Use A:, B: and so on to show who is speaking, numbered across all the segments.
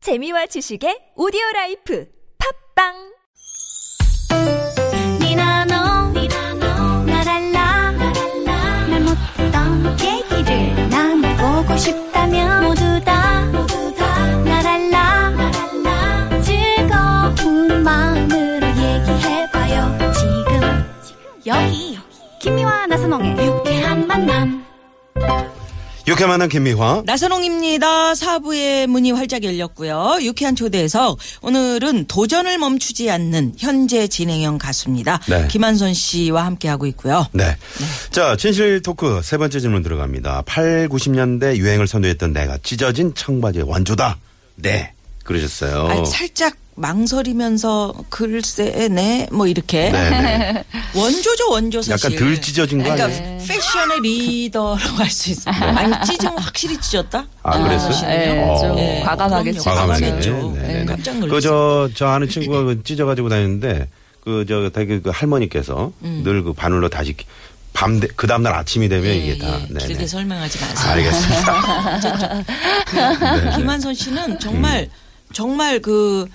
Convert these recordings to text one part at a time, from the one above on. A: 재미와 지식의 오디오 라이프 팝빵
B: 니나노 날 알라 말 못했던 얘기를 나눠보고 싶다면 모두 다 날 알라 즐거운 마음으로 얘기해봐요 지금 여기 김미와 나선홍의 유쾌한 만남
C: 이렇게 만난 김미화.
D: 나선홍입니다. 사부의 문이 활짝 열렸고요. 유쾌한 초대에서 오늘은 도전을 멈추지 않는 현재 진행형 가수입니다.
C: 네.
D: 김한선 씨와 함께하고 있고요.
C: 네. 자, 진실 토크 세 번째 질문 들어갑니다. 8, 90년대 유행을 선도했던 내가 찢어진 청바지의 원조다. 네. 그러셨어요.
D: 아니, 살짝 망설이면서 글쎄 네뭐 이렇게
C: 네, 네.
D: 원조죠 원조 사실.
C: 약간 덜 찢어진 거
D: 그러니까
C: 아니에요? 예. 네.
D: 패션의 리더라고 할 수 있습니다. 아니 찢으면 확실히 찢었다.
C: 아, 그랬어요?
D: 찢으시네요.
C: 예, 좀
D: 예,
E: 과감하게
D: 그럼요.
C: 과감하게.
D: 과감하겠죠.
C: 네, 네,
D: 예,
C: 네.
D: 깜짝
C: 그,
D: 놀랐어요.
C: 저, 저 아는 친구가 그 찢어가지고 다니는데, 그, 저, 되게 그 할머니께서 늘 그 바늘로 다시 밤, 되- 그 다음날 아침이 되면
D: 음. 예,
C: 이게 다.
D: 예.
C: 네,
D: 길게
C: 네.
D: 설명하지 마세요.
C: 알겠습니다. 네, 음. 네.
D: 김한선 그러니까 씨는 정말 정말 그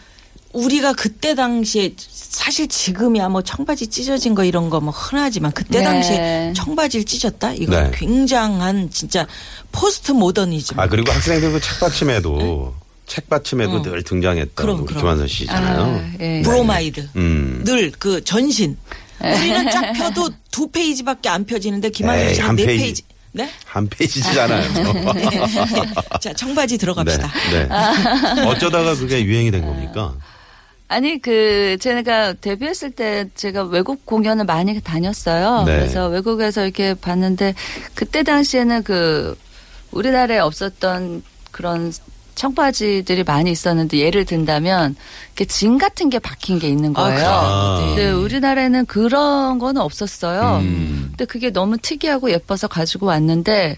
D: 우리가 그때 당시에 사실 지금이야 뭐 청바지 찢어진 거 이런 거 뭐 흔하지만 그때
E: 네.
D: 당시에 청바지를 찢었다 이거
C: 네.
D: 굉장한 진짜 포스트 모더니즘
C: 아 그리고 학생들 그 책받침에도 책받침에도
D: 네. 어.
C: 늘 등장했던
D: 그럼,
C: 우리
D: 그럼.
C: 김한선 씨잖아요.
E: 아, 예.
D: 브로마이드
C: 네. 음.
D: 늘 그 전신 우리는 쫙 펴도 두 페이지밖에 안 펴지는데 김한선
C: 에이,
D: 씨는
C: 한
D: 네
C: 페이지.
D: 페이지 네?
C: 한 페이지잖아요.
D: 자 청바지 들어갑시다. 아.
C: 네. 네. 어쩌다가 그게 유행이 된 겁니까?
E: 아니 그 제가 데뷔했을 때 제가 외국 공연을 많이 다녔어요.
C: 네.
E: 그래서 외국에서 이렇게 봤는데 그때 당시에는 그 우리나라에 없었던 그런 청바지들이 많이 있었는데 예를 든다면 이렇게 진 같은 게 박힌 게 있는 거예요.
C: 아, 그래요?
E: 근데 우리나라에는 그런 거는 없었어요.
C: 음.
E: 근데 그게 너무 특이하고 예뻐서 가지고 왔는데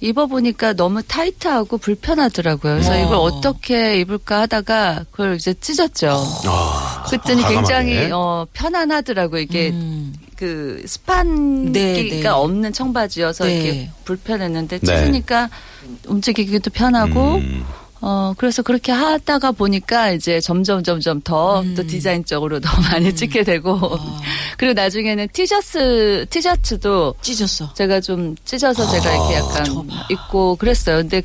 E: 입어보니까 너무 타이트하고 불편하더라고요. 그래서
D: 어.
E: 이걸 어떻게 입을까 하다가 그걸 이제 찢었죠.
C: 아,
E: 그랬더니
C: 과감하게.
E: 굉장히 어, 편안하더라고요. 이게
D: 음.
E: 그 스판기가
D: 네, 네.
E: 없는 청바지여서
D: 네.
E: 이렇게 불편했는데
C: 네.
E: 찢으니까 움직이기도
D: 아.
E: 편하고
C: 음.
E: 어 그래서 그렇게 하다가 보니까 이제 점점 점점 더 또
D: 음.
E: 디자인적으로 더 많이 찍게 되고
D: 어.
E: 그리고 나중에는 티셔츠 티셔츠도
D: 찢었어.
E: 제가 좀 찢어서 제가
C: 아,
E: 이렇게 약간 입고 그랬어요. 근데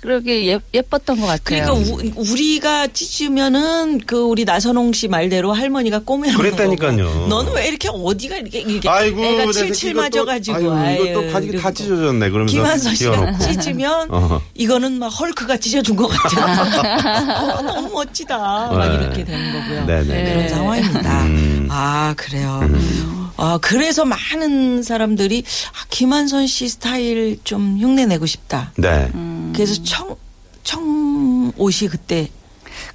E: 그러게 예, 예뻤던 것 같아요.
D: 그러니까
C: 네.
D: 우, 리가 찢으면은 그 우리 나선홍 씨 말대로 할머니가 꼬매는
C: 그랬다니까요.
D: 거고. 너는 왜 이렇게 어디가 이렇게 이게
C: 아이고,
D: 애가
C: 내 새끼
D: 칠칠
C: 이것도-
D: 맞아가지고
C: 아이고, 이것도
D: 아유,
C: 바지 다
D: 이러고.
C: 찢어졌네. 그러면서
D: 김한선 씨가
C: 찢어놓고.
D: 찢으면
C: 어허.
D: 이거는 막 헐크가 찢어준 것 같아. 어, 너무 멋지다. 막
C: 네.
D: 이렇게 되는 거고요.
C: 네, 네.
D: 그런 상황입니다.
C: 음.
D: 아 그래요. 아 그래서 많은 사람들이 아, 김한선 씨 스타일 좀 흉내 내고 싶다.
C: 네.
D: 음. 그래서 청, 청 옷이 그때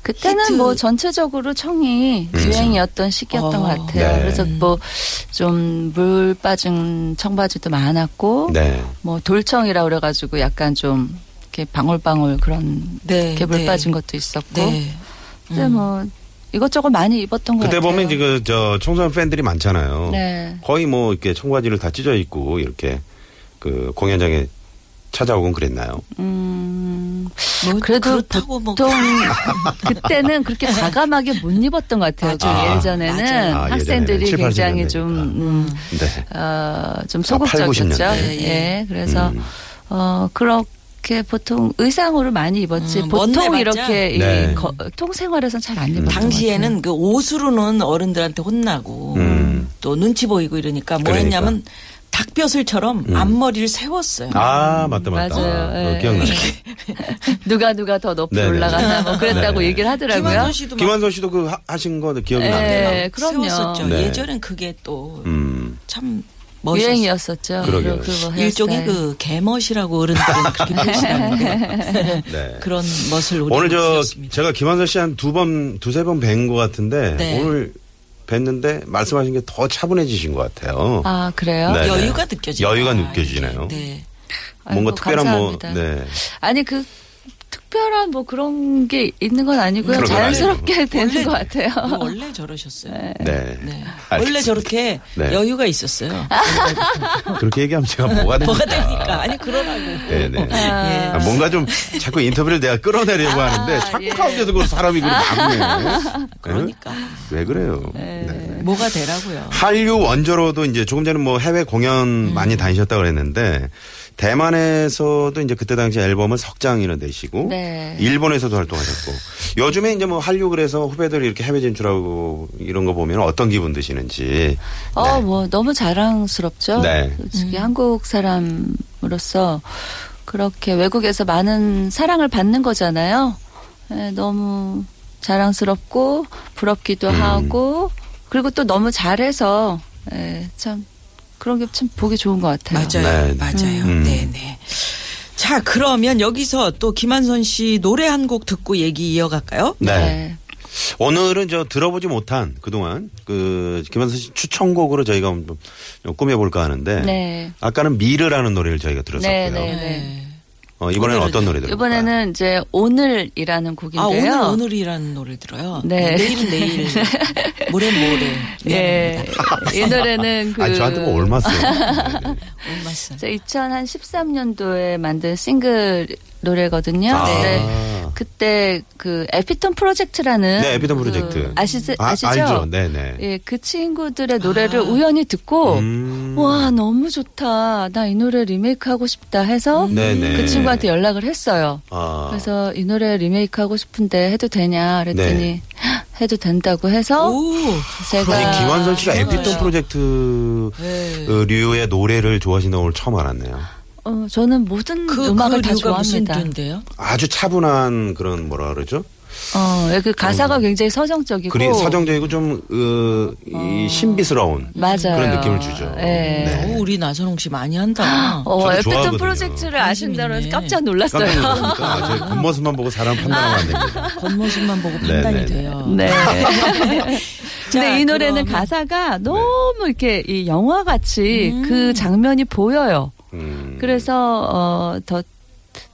E: 그때는
D: 히트.
E: 뭐 전체적으로 청이 유행이었던 시기였던
D: 어.
E: 것 같아요.
C: 음. 네.
E: 그래서 뭐 좀 물 빠진 청바지도 많았고
C: 네.
E: 뭐 돌청이라 그래가지고 약간 좀 이렇게 방울방울 그런
D: 네,
E: 이렇게 물
D: 네.
E: 빠진 것도 있었고
D: 네. 음.
E: 근데 뭐 이것저것 많이 입었던 것
C: 그때
E: 같아요.
C: 보면 이제 그, 저, 청소년 팬들이 많잖아요.
E: 네.
C: 거의 뭐 이렇게 청바지를 다 찢어 입고 이렇게 그 공연장에 찾아오곤 그랬나요?
E: 음,
D: 뭐
E: 그래도
D: 그렇다고 뭐
E: 보통 그때는 그렇게 과감하게 못 입었던 것 같아요. 좀
C: 맞아요.
E: 예전에는
C: 맞아요. 아,
E: 학생들이
C: 예전에는 아.
E: 굉장히
C: 70,
E: 좀
C: 80년대니까.
E: 음,
C: 네.
E: 어, 좀
C: 팔, 구십
E: 소극적이었죠.
C: 년대.
E: 예, 그래서
C: 음.
E: 어 그렇게 보통 의상으로 많이 입었지
D: 음,
E: 보통
D: 멋내봤자.
E: 이렇게 이
C: 네.
E: 거- 통생활에서는 잘 안 입었던
D: 당시에는 그 옷으로는 어른들한테 혼나고
C: 음.
D: 또 눈치 보이고 이러니까 뭐
C: 그러니까. 음.
D: 했냐면 닭벼슬처럼 앞머리를 세웠어요.
C: 아, 맞다, 맞다.
E: 맞아요.
C: 어,
E: 예.
C: 기억나요.
E: 같아요. 누가 누가 더 높이
C: 네네.
E: 올라가나 뭐 그랬다고
C: 네네.
E: 얘기를 하더라고요.
D: 김한선 씨도 막
C: 김한선 씨도 그 하- 하신 거 기억이
E: 예,
C: 나네요.
E: 네, 그럼요.
D: 세웠었죠.
C: 네.
D: 예전엔 그게 또 참
C: 음.
D: 멋있었어요.
E: 유행이었었죠.
C: 그러게요.
E: 그리고 그
D: 일종의
E: 헤어스타일.
D: 그 개멋이라고 어른들은 그렇게 표시하는데
C: 네.
D: 그런 멋을 우리
C: 오늘 저
D: 보여드렸습니다.
C: 제가 김한선 씨 한 두 번 두세 번 뵌 것 같은데
D: 네.
C: 오늘 뵀는데 말씀하신 게 더 차분해지신 것 같아요.
E: 아 그래요?
C: 네.
D: 여유가 느껴지네요.
C: 여유가 느껴지네요.
D: 네.
C: 뭔가
E: 아이고,
C: 특별한 네.
E: 감사합니다.
C: 뭐 네.
E: 아니 그 특별한 뭐 그런 게 있는 건 아니고요.
C: 그런 건
E: 자연스럽게 되는
D: 원래-
E: 것 같아요.
D: 뭐 원래 저러셨어요.
C: 네.
D: 네. 원래
C: 알겠습니다.
D: 저렇게
C: 네. 아.
D: 여유가 있었어요.
C: 그렇게 얘기하면 제가 뭐가 됩니까?
D: 뭐가 됩니까? 아니 그러라고.
C: 네네.
D: 예.
C: 아, 뭔가 좀 자꾸 인터뷰를 내가 끌어내려고 하는데 자꾸
E: 예.
C: 가운데서 그 사람이 그렇게 막네.
D: 그러니까
C: 왜 그래요? 네.
D: 뭐가 되라고요.
C: 한류 원조로도 이제 조금 전에 뭐 해외 공연
E: 음.
C: 많이 다니셨다고 그랬는데 대만에서도 이제 그때 당시 앨범을 석 장이나 내시고
E: 네.
C: 일본에서도 활동하셨고 요즘에 이제 뭐 한류 그래서 후배들이 이렇게 해외 진출하고 이런 거 보면 어떤 기분 드시는지
E: 어, 뭐 너무 자랑스럽죠.
C: 네.
D: 음.
E: 솔직히 한국 사람으로서 그렇게 외국에서 많은 사랑을 받는 거잖아요. 예, 너무 자랑스럽고 부럽기도
C: 음.
E: 하고 그리고 또 너무 잘해서 예, 참 그런 게 참 보기 좋은 것 같아요.
D: 맞아요,
C: 네.
D: 맞아요.
C: 음.
D: 네네. 자 그러면 여기서 또 김한선 씨 노래 한 곡 듣고 얘기 이어갈까요?
C: 네.
E: 네.
C: 오늘은 저 들어보지 못한 그동안 그 김한선 씨 추천곡으로 저희가 한번 좀 꾸며볼까 하는데
E: 네.
C: 아까는 미르라는 노래를 저희가 들었었고요.
E: 네, 네, 네.
C: 어, 이번에는
D: 오늘은-
C: 어떤 노래 들을까요?
E: 이번에는 이제 오늘이라는
D: 아
E: 곡인데요.
D: 오늘 오늘이라는 노래를 들어요.
E: 네.
D: 내일은 내일, 모레 네. 모레.
E: 예.
D: 미안합니다.
E: 이 노래는 그
C: 아, 저한테 뭐 얼마 써요?
D: 네. 올맞어.
E: 제 2013년도에 만든 싱글 노래거든요.
C: 아.
E: 근데 그때 그 에피톤 프로젝트라는
C: 네, 에피톤
E: 그
C: 프로젝트.
E: 아시지
C: 아,
E: 아시죠?
C: 알죠. 네네. 아.
E: 예, 그 친구들의 노래를 우연히 듣고
C: 음.
E: 와 너무 좋다. 나 이 노래 리메이크 하고 싶다 해서
C: 음. 네네.
E: 그 친구한테 연락을 했어요.
C: 아.
E: 그래서 이 노래 리메이크 하고 싶은데 해도 되냐 그랬더니 해도 된다고 해서
D: 오. 그,
E: 제가
C: 네. 아니, 김완선 씨가
E: 그거예요.
C: 에피톤 프로젝트
D: 네.
C: 어, 류의 노래를 좋아하시는 걸 처음 알았네요.
E: 어, 저는 모든
D: 그,
E: 음악을
D: 그
E: 다
D: 류가 무슨
E: 좋아합니다.
D: 류인데요?
C: 아주 차분한 그런 뭐라 그러죠?
E: 어, 그 가사가 굉장히 서정적이고
C: 그리 서정적이고 좀, 어, 이 신비스러운
E: 맞아요.
C: 그런 느낌을 주죠.
E: 예.
C: 네.
D: 오, 어, 우리 나선홍 씨 많이 한다.
E: 어,
C: 저도
E: 에피톤
C: 좋아하거든요.
E: 프로젝트를 아신다고 해서
D: 음, 관심이네.
E: 깜짝
C: 깜짝
E: 놀랐어요.
C: 놀라니까 아, 제 겉모습만 보고 사람 판단하면 안 됩니다.
D: 겉모습만 보고
C: 네,
D: 판단이
C: 네, 네. 네.
D: 돼요.
E: 네.
D: 자,
E: 근데 이 노래는
D: 그러면-
E: 가사가 너무 이렇게 이 영화 같이
D: 음.
E: 그 장면이 보여요.
C: 음.
E: 그래서 어, 더,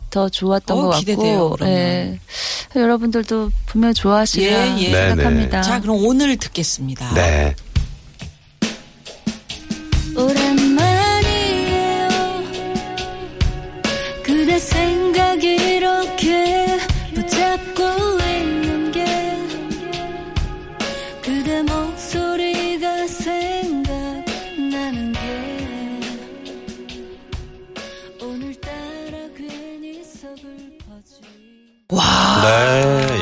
E: 더 좋았던
D: 어,
E: 것
D: 기대돼요,
E: 같고. 예.
D: 그러면.
E: 여러분들도 분명 좋아하시리라
D: 예, 예.
C: 네, 네.
E: 생각합니다.
D: 자, 그럼 오늘 듣겠습니다.
C: 네.
B: 오랜만이에요 그대 생각이 이렇게 붙잡고 있는 게 그대 목소리가 생각나는 게 오늘따라 괜히 서글퍼지
D: 와,
C: 네,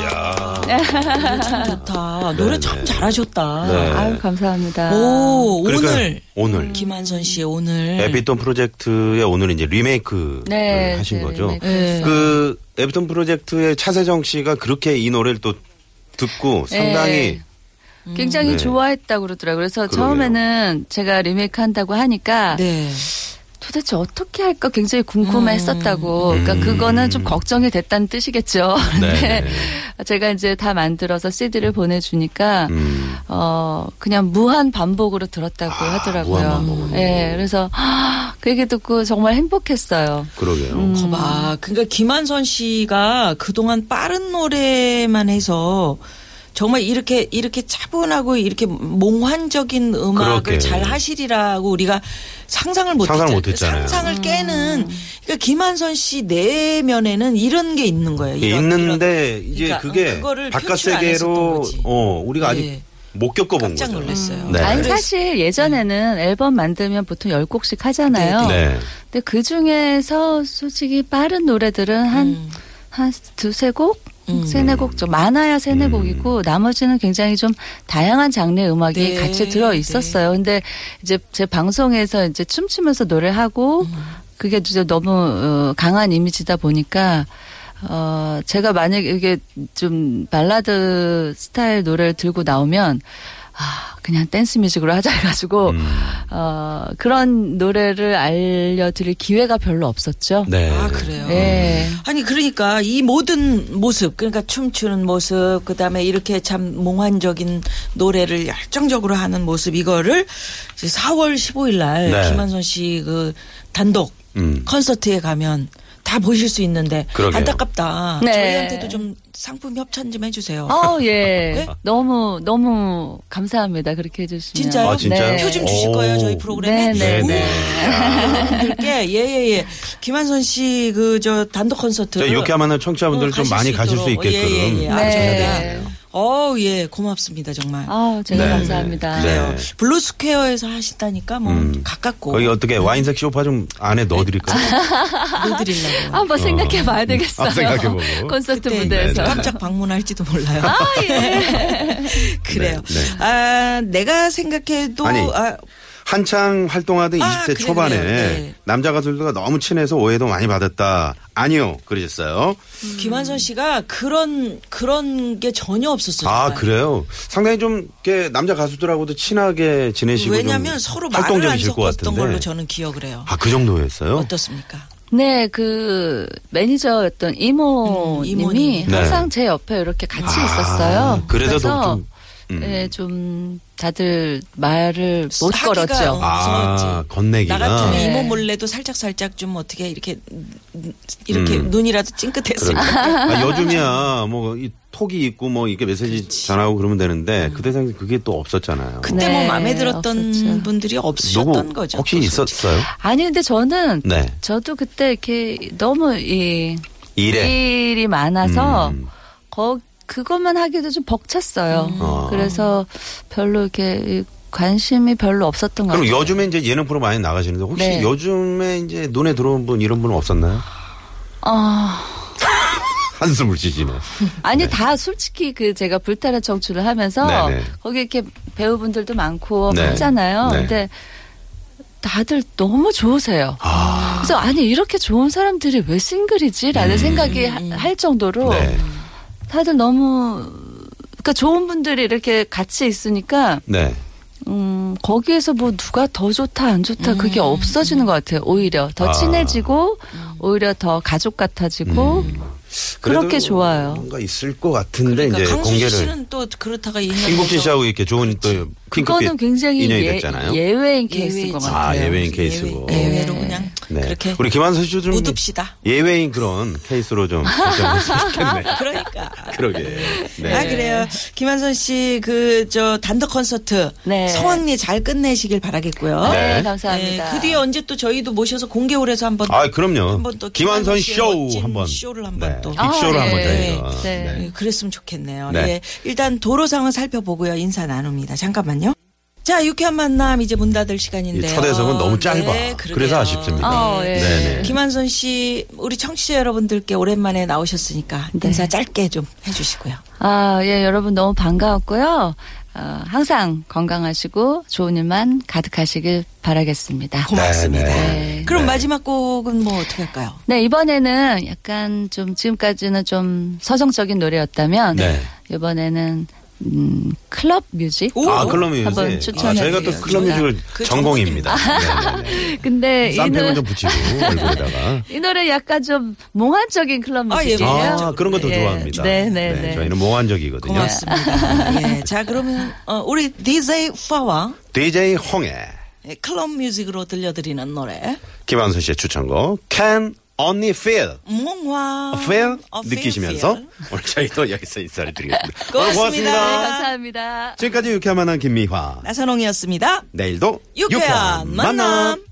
C: 야.
D: 참 좋다. 노래
C: 네,
D: 참
C: 네.
D: 잘하셨다.
C: 네.
E: 아유, 감사합니다.
D: 오,
C: 그러니까
D: 오늘.
C: 오늘.
D: 김한선 씨의 오늘.
C: 에피톤 프로젝트의 오늘 이제 리메이크를
E: 네,
C: 하신
E: 네,
C: 거죠.
E: 리메이크.
D: 예.
C: 그 에피톤 프로젝트의 차세정 씨가 그렇게 이 노래를 또 듣고
D: 네.
C: 상당히
E: 굉장히
C: 네.
E: 좋아했다고 그러더라고요. 그래서
C: 그러게요.
E: 처음에는 제가 리메이크 한다고 하니까
D: 네.
E: 도대체 어떻게 할까 굉장히 궁금해 했었다고. 그러니까
C: 음.
E: 그거는 좀 걱정이 됐다는 뜻이겠죠.
C: 네,
E: 근데 제가 이제 다 만들어서 CD를 보내주니까
C: 음,
E: 어 그냥 무한 반복으로 들었다고
C: 아,
E: 하더라고요.
C: 무한 반복으로.
E: 예, 그래서 그 얘기 듣고 정말 행복했어요.
C: 그러게요.
D: 음. 거봐. 그러니까 김한선 씨가 그동안 빠른 노래만 해서 정말 이렇게 이렇게 차분하고 이렇게 몽환적인 음악을
C: 그러게.
D: 잘 하시리라고 우리가 상상을 못
C: 상상을
D: 했잖-
C: 못 했잖아요.
E: 음.
D: 상상을 깨는 그러니까 김한선 씨 내면에는 이런 게 있는 거예요.
C: 이게
D: 이런-
C: 있는데 이제
D: 그러니까
C: 그게
D: 그거를
C: 바깥
D: 표출 안 했었던
C: 세계로
D: 거지.
C: 어 우리가
D: 네.
C: 아직 못 겪어본
D: 깜짝
C: 거죠.
D: 놀랐어요.
C: 네.
E: 아니 사실 예전에는 앨범 만들면 보통 10곡씩 하잖아요.
C: 네.
E: 근데 그 중에서 솔직히 빠른 노래들은 한,
D: 음.
E: 한 두세 곡? 세네 곡, 좀 많아야 세네 곡이고, 나머지는 굉장히 좀 다양한 장르의
D: 네,
E: 음악이 같이 들어 있었어요. 근데 이제 제 방송에서 이제 춤추면서 노래하고, 그게 이제 너무 어, 강한 이미지다 보니까, 어, 제가 만약에 이게 좀 발라드 스타일 노래를 들고 나오면, 아, 그냥 댄스 뮤직으로 하자 해가지고,
C: 음.
E: 어, 그런 노래를 알려드릴 기회가 별로 없었죠.
C: 네. 음.
D: 아 그래요.
E: 예.
D: 아니 그러니까 이 모든 모습 그러니까 춤추는 모습 그다음에 이렇게 참 몽환적인 노래를 열정적으로 하는 모습 이거를 이제 4월 15일 날
C: 네.
D: 김한선 씨 그 단독
C: 음.
D: 콘서트에 가면 다 보실 수 있는데
C: 그러게요.
D: 안타깝다.
E: 네.
D: 저희한테도 좀 상품 협찬 좀 해주세요.
E: 어, 예.
D: 네?
E: 너무, 너무 감사합니다. 그렇게 해주시면.
D: 진짜요?
C: 아, 진짜요?
E: 네.
D: 표좀 주실 거예요 저희 프로그램에?
E: 네,
C: 네네.
D: 여러분들께 예예예 김한선 씨 그 저 단독 콘서트
C: 자, 이렇게 하면은 청취자분들
D: 어,
C: 좀
D: 가실
C: 많이
D: 수
C: 가실 수
D: 있도록.
C: 있게끔.
D: 예, 예, 예. 아,
E: 네.
D: 어예 고맙습니다 정말
E: 아우, 제가
C: 네,
E: 감사합니다.
C: 네.
D: 그래요 블루스퀘어에서 하신다니까 뭐
C: 음.
D: 가깝고
C: 거기 어떻게 와인색 소파 좀 안에 넣어드릴까요?
D: 해드리려고
E: 한번 생각해 봐야 되겠어요.
C: 아, 어. 생각해보고.
E: 콘서트
D: 그때
E: 무대에서. 아, 예.
D: 깜짝 방문할지도 몰라요. 그래요.
C: 네, 네.
D: 아 내가 생각해도
C: 아니,
D: 아,
C: 한창 활동하던
D: 아,
C: 20대
D: 그래요,
C: 초반에
D: 그래요. 네.
C: 남자 가수들과 너무 친해서 오해도 많이 받았다. 아니요, 그러셨어요.
D: 김한선 씨가 그런 그런 게 전혀 없었어요.
C: 아
D: 정말.
C: 그래요. 상당히 좀 이렇게 남자 가수들하고 친하게 지내시고
D: 왜냐하면
C: 좀
D: 서로 말을 안
C: 활동적이실 것
D: 섞었던
C: 같은데.
D: 걸로 저는 기억을 해요.
C: 아그 정도였어요.
D: 어떻습니까?
E: 네, 그 매니저였던
D: 음,
E: 이모님이
D: 이모님.
C: 네.
E: 항상 제 옆에 이렇게 같이
C: 아,
E: 있었어요.
C: 그래서
E: 그래서
C: 좀, 음.
E: 네, 좀 다들 말을 못
D: 하기가
E: 걸었죠.
D: 어.
C: 아
D: 무서웠지.
C: 건네기가.
D: 나 같으면
E: 네.
D: 이모 몰래도 살짝 살짝 좀 어떻게 이렇게 이렇게
C: 음.
D: 눈이라도 찡긋했을
C: 그러게.
D: 때
C: 아, 요즘이야 뭐 이 톡이 있고 뭐 이렇게 메시지 전하고 그러면 되는데 그때 당시 그게 또 없었잖아요.
D: 그때
E: 네,
D: 뭐 마음에 들었던
E: 없었죠.
D: 분들이 없으셨던 거죠.
C: 혹시
D: 또
C: 있었어요?
E: 아니 근데 저는
C: 네.
E: 저도 그때 이렇게 너무 이
C: 일에.
E: 일이 많아서
C: 음.
E: 거 그것만 하기도 좀 벅찼어요.
C: 어.
E: 그래서 별로 이렇게 관심이 별로 없었던 것
C: 그럼
E: 같아요.
C: 요즘에 이제 예능 프로 많이 나가시는데 혹시
E: 네.
C: 요즘에 이제 눈에 들어온 분 이런 분은 없었나요?
E: 아,
C: 한숨을 쉬시네.
E: 아니 다 솔직히 그 제가 불타는 청춘을 하면서
C: 네네.
E: 거기 이렇게 배우분들도 많고
C: 네.
E: 하잖아요.
C: 네.
E: 근데 다들 너무 좋으세요.
C: 아.
E: 그래서 아니 이렇게 좋은 사람들이 왜 싱글이지라는
C: 음.
E: 생각이 하- 할
D: 뭐.
E: 정도로
C: 네.
E: 다들 너무 그러니까 좋은 분들이 이렇게 같이 있으니까
C: 네.
E: 음 거기에서 뭐 누가 더 좋다 안 좋다 그게 없어지는 것 같아요. 오히려 더
C: 아.
E: 친해지고 오히려 더 가족 같아지고
C: 음. 그래도
E: 그렇게 좋아요.
C: 뭔가 있을 것 같은데 이제
D: 그러니까 강수
C: 공개를
D: 씨는 그렇죠. 또 그렇다가 이
C: 김국진 씨하고 이렇게 좋은 또
E: 그거는
C: 핑크빛
E: 굉장히
C: 인연이
E: 예,
C: 됐잖아요.
E: 예외인 케이스인 것
D: 예외지.
E: 같아요.
C: 아 예외인 케이스고.
D: 예외, 로 그냥
C: 네.
D: 그렇게
C: 우리 김한선 씨 좀
D: 묻읍시다.
C: 예외인 그런 케이스로 좀 결정했으면 좋겠네.
D: 그러니까.
C: 그러게.
D: 아
C: 네.
D: 그래요. 김한선 씨 그 저 단독 콘서트
E: 네.
D: 성황리 잘 끝내시길 바라겠고요.
E: 네,
C: 네.
E: 감사합니다.
D: 네, 그 뒤에 언제 또 저희도 모셔서 공개홀에서 한번
C: 아 그럼요.
D: 한번 또
C: 김한선
D: 김한선 씨의
C: 쇼
D: 멋진
C: 한번
D: 쇼를 한번 또.
C: 빅쇼를
E: 아,
C: 한번
E: 네.
C: 저희가.
E: 네.
C: 네.
D: 예, 그랬으면 좋겠네요.
C: 네.
D: 예, 일단 도로 상황 살펴보고요. 인사 나눕니다. 잠깐만요. 자, 유쾌한 만남 이제 문 닫을
C: 이
D: 시간인데요.
C: 초대석은 너무 짧아.
D: 네, 그러게요.
C: 그래서 아쉽습니다.
E: 어, 예.
C: 네네.
D: 김한선 씨, 우리 청취자 여러분들께 오랜만에 나오셨으니까
E: 네.
D: 인사 짧게 좀 해주시고요.
C: 네,
E: 아, 예, 여러분 너무 반가웠고요. 어, 항상 건강하시고 좋은 일만 가득하시길 바라겠습니다.
D: 고맙습니다.
C: 네네.
D: 그럼
C: 네.
D: 마지막 곡은 뭐 어떻게 할까요?
E: 네, 이번에는 약간 좀 지금까지는 좀 서정적인 노래였다면
C: 네.
E: 이번에는 음, 클럽 뮤직.
D: 오!
C: 아 클럽 뮤직.
E: 한번
C: 아, 저희가 또
E: 추천해드리겠습니다.
C: 클럽 뮤직을
D: 그
C: 전공입니다. 네,
E: 근데 예, 이,
C: 쌈팩을
E: 노,
C: 좀 붙이고 얼굴에다가.
E: 이 노래 약간 좀 몽환적인 클럽
D: 아, 예,
E: 뮤직이에요.
C: 아 그런 것도
E: 예.
C: 좋아합니다.
E: 네, 네,
C: 네,
E: 네.
C: 저희는 몽환적이거든요.
D: 고맙습니다. 예. 자, 그러면 어, 우리 DJ 파와
C: DJ 홍해
D: 클럽 뮤직으로 들려드리는 노래.
C: 김한선 씨의 추천곡 Can Only Feel.
D: 몽화.
C: Feel
D: 어, feel,
C: 느끼시면서
D: feel.
C: 오늘 저희도 여기서 인사를 드리겠습니다.
D: 고맙습니다.
C: 오늘
E: 네,
C: 고맙습니다.
E: 감사합니다.
C: 지금까지 유쾌한 만남 김미화.
D: 나선홍이었습니다.
C: 내일도
D: 유쾌한 만남.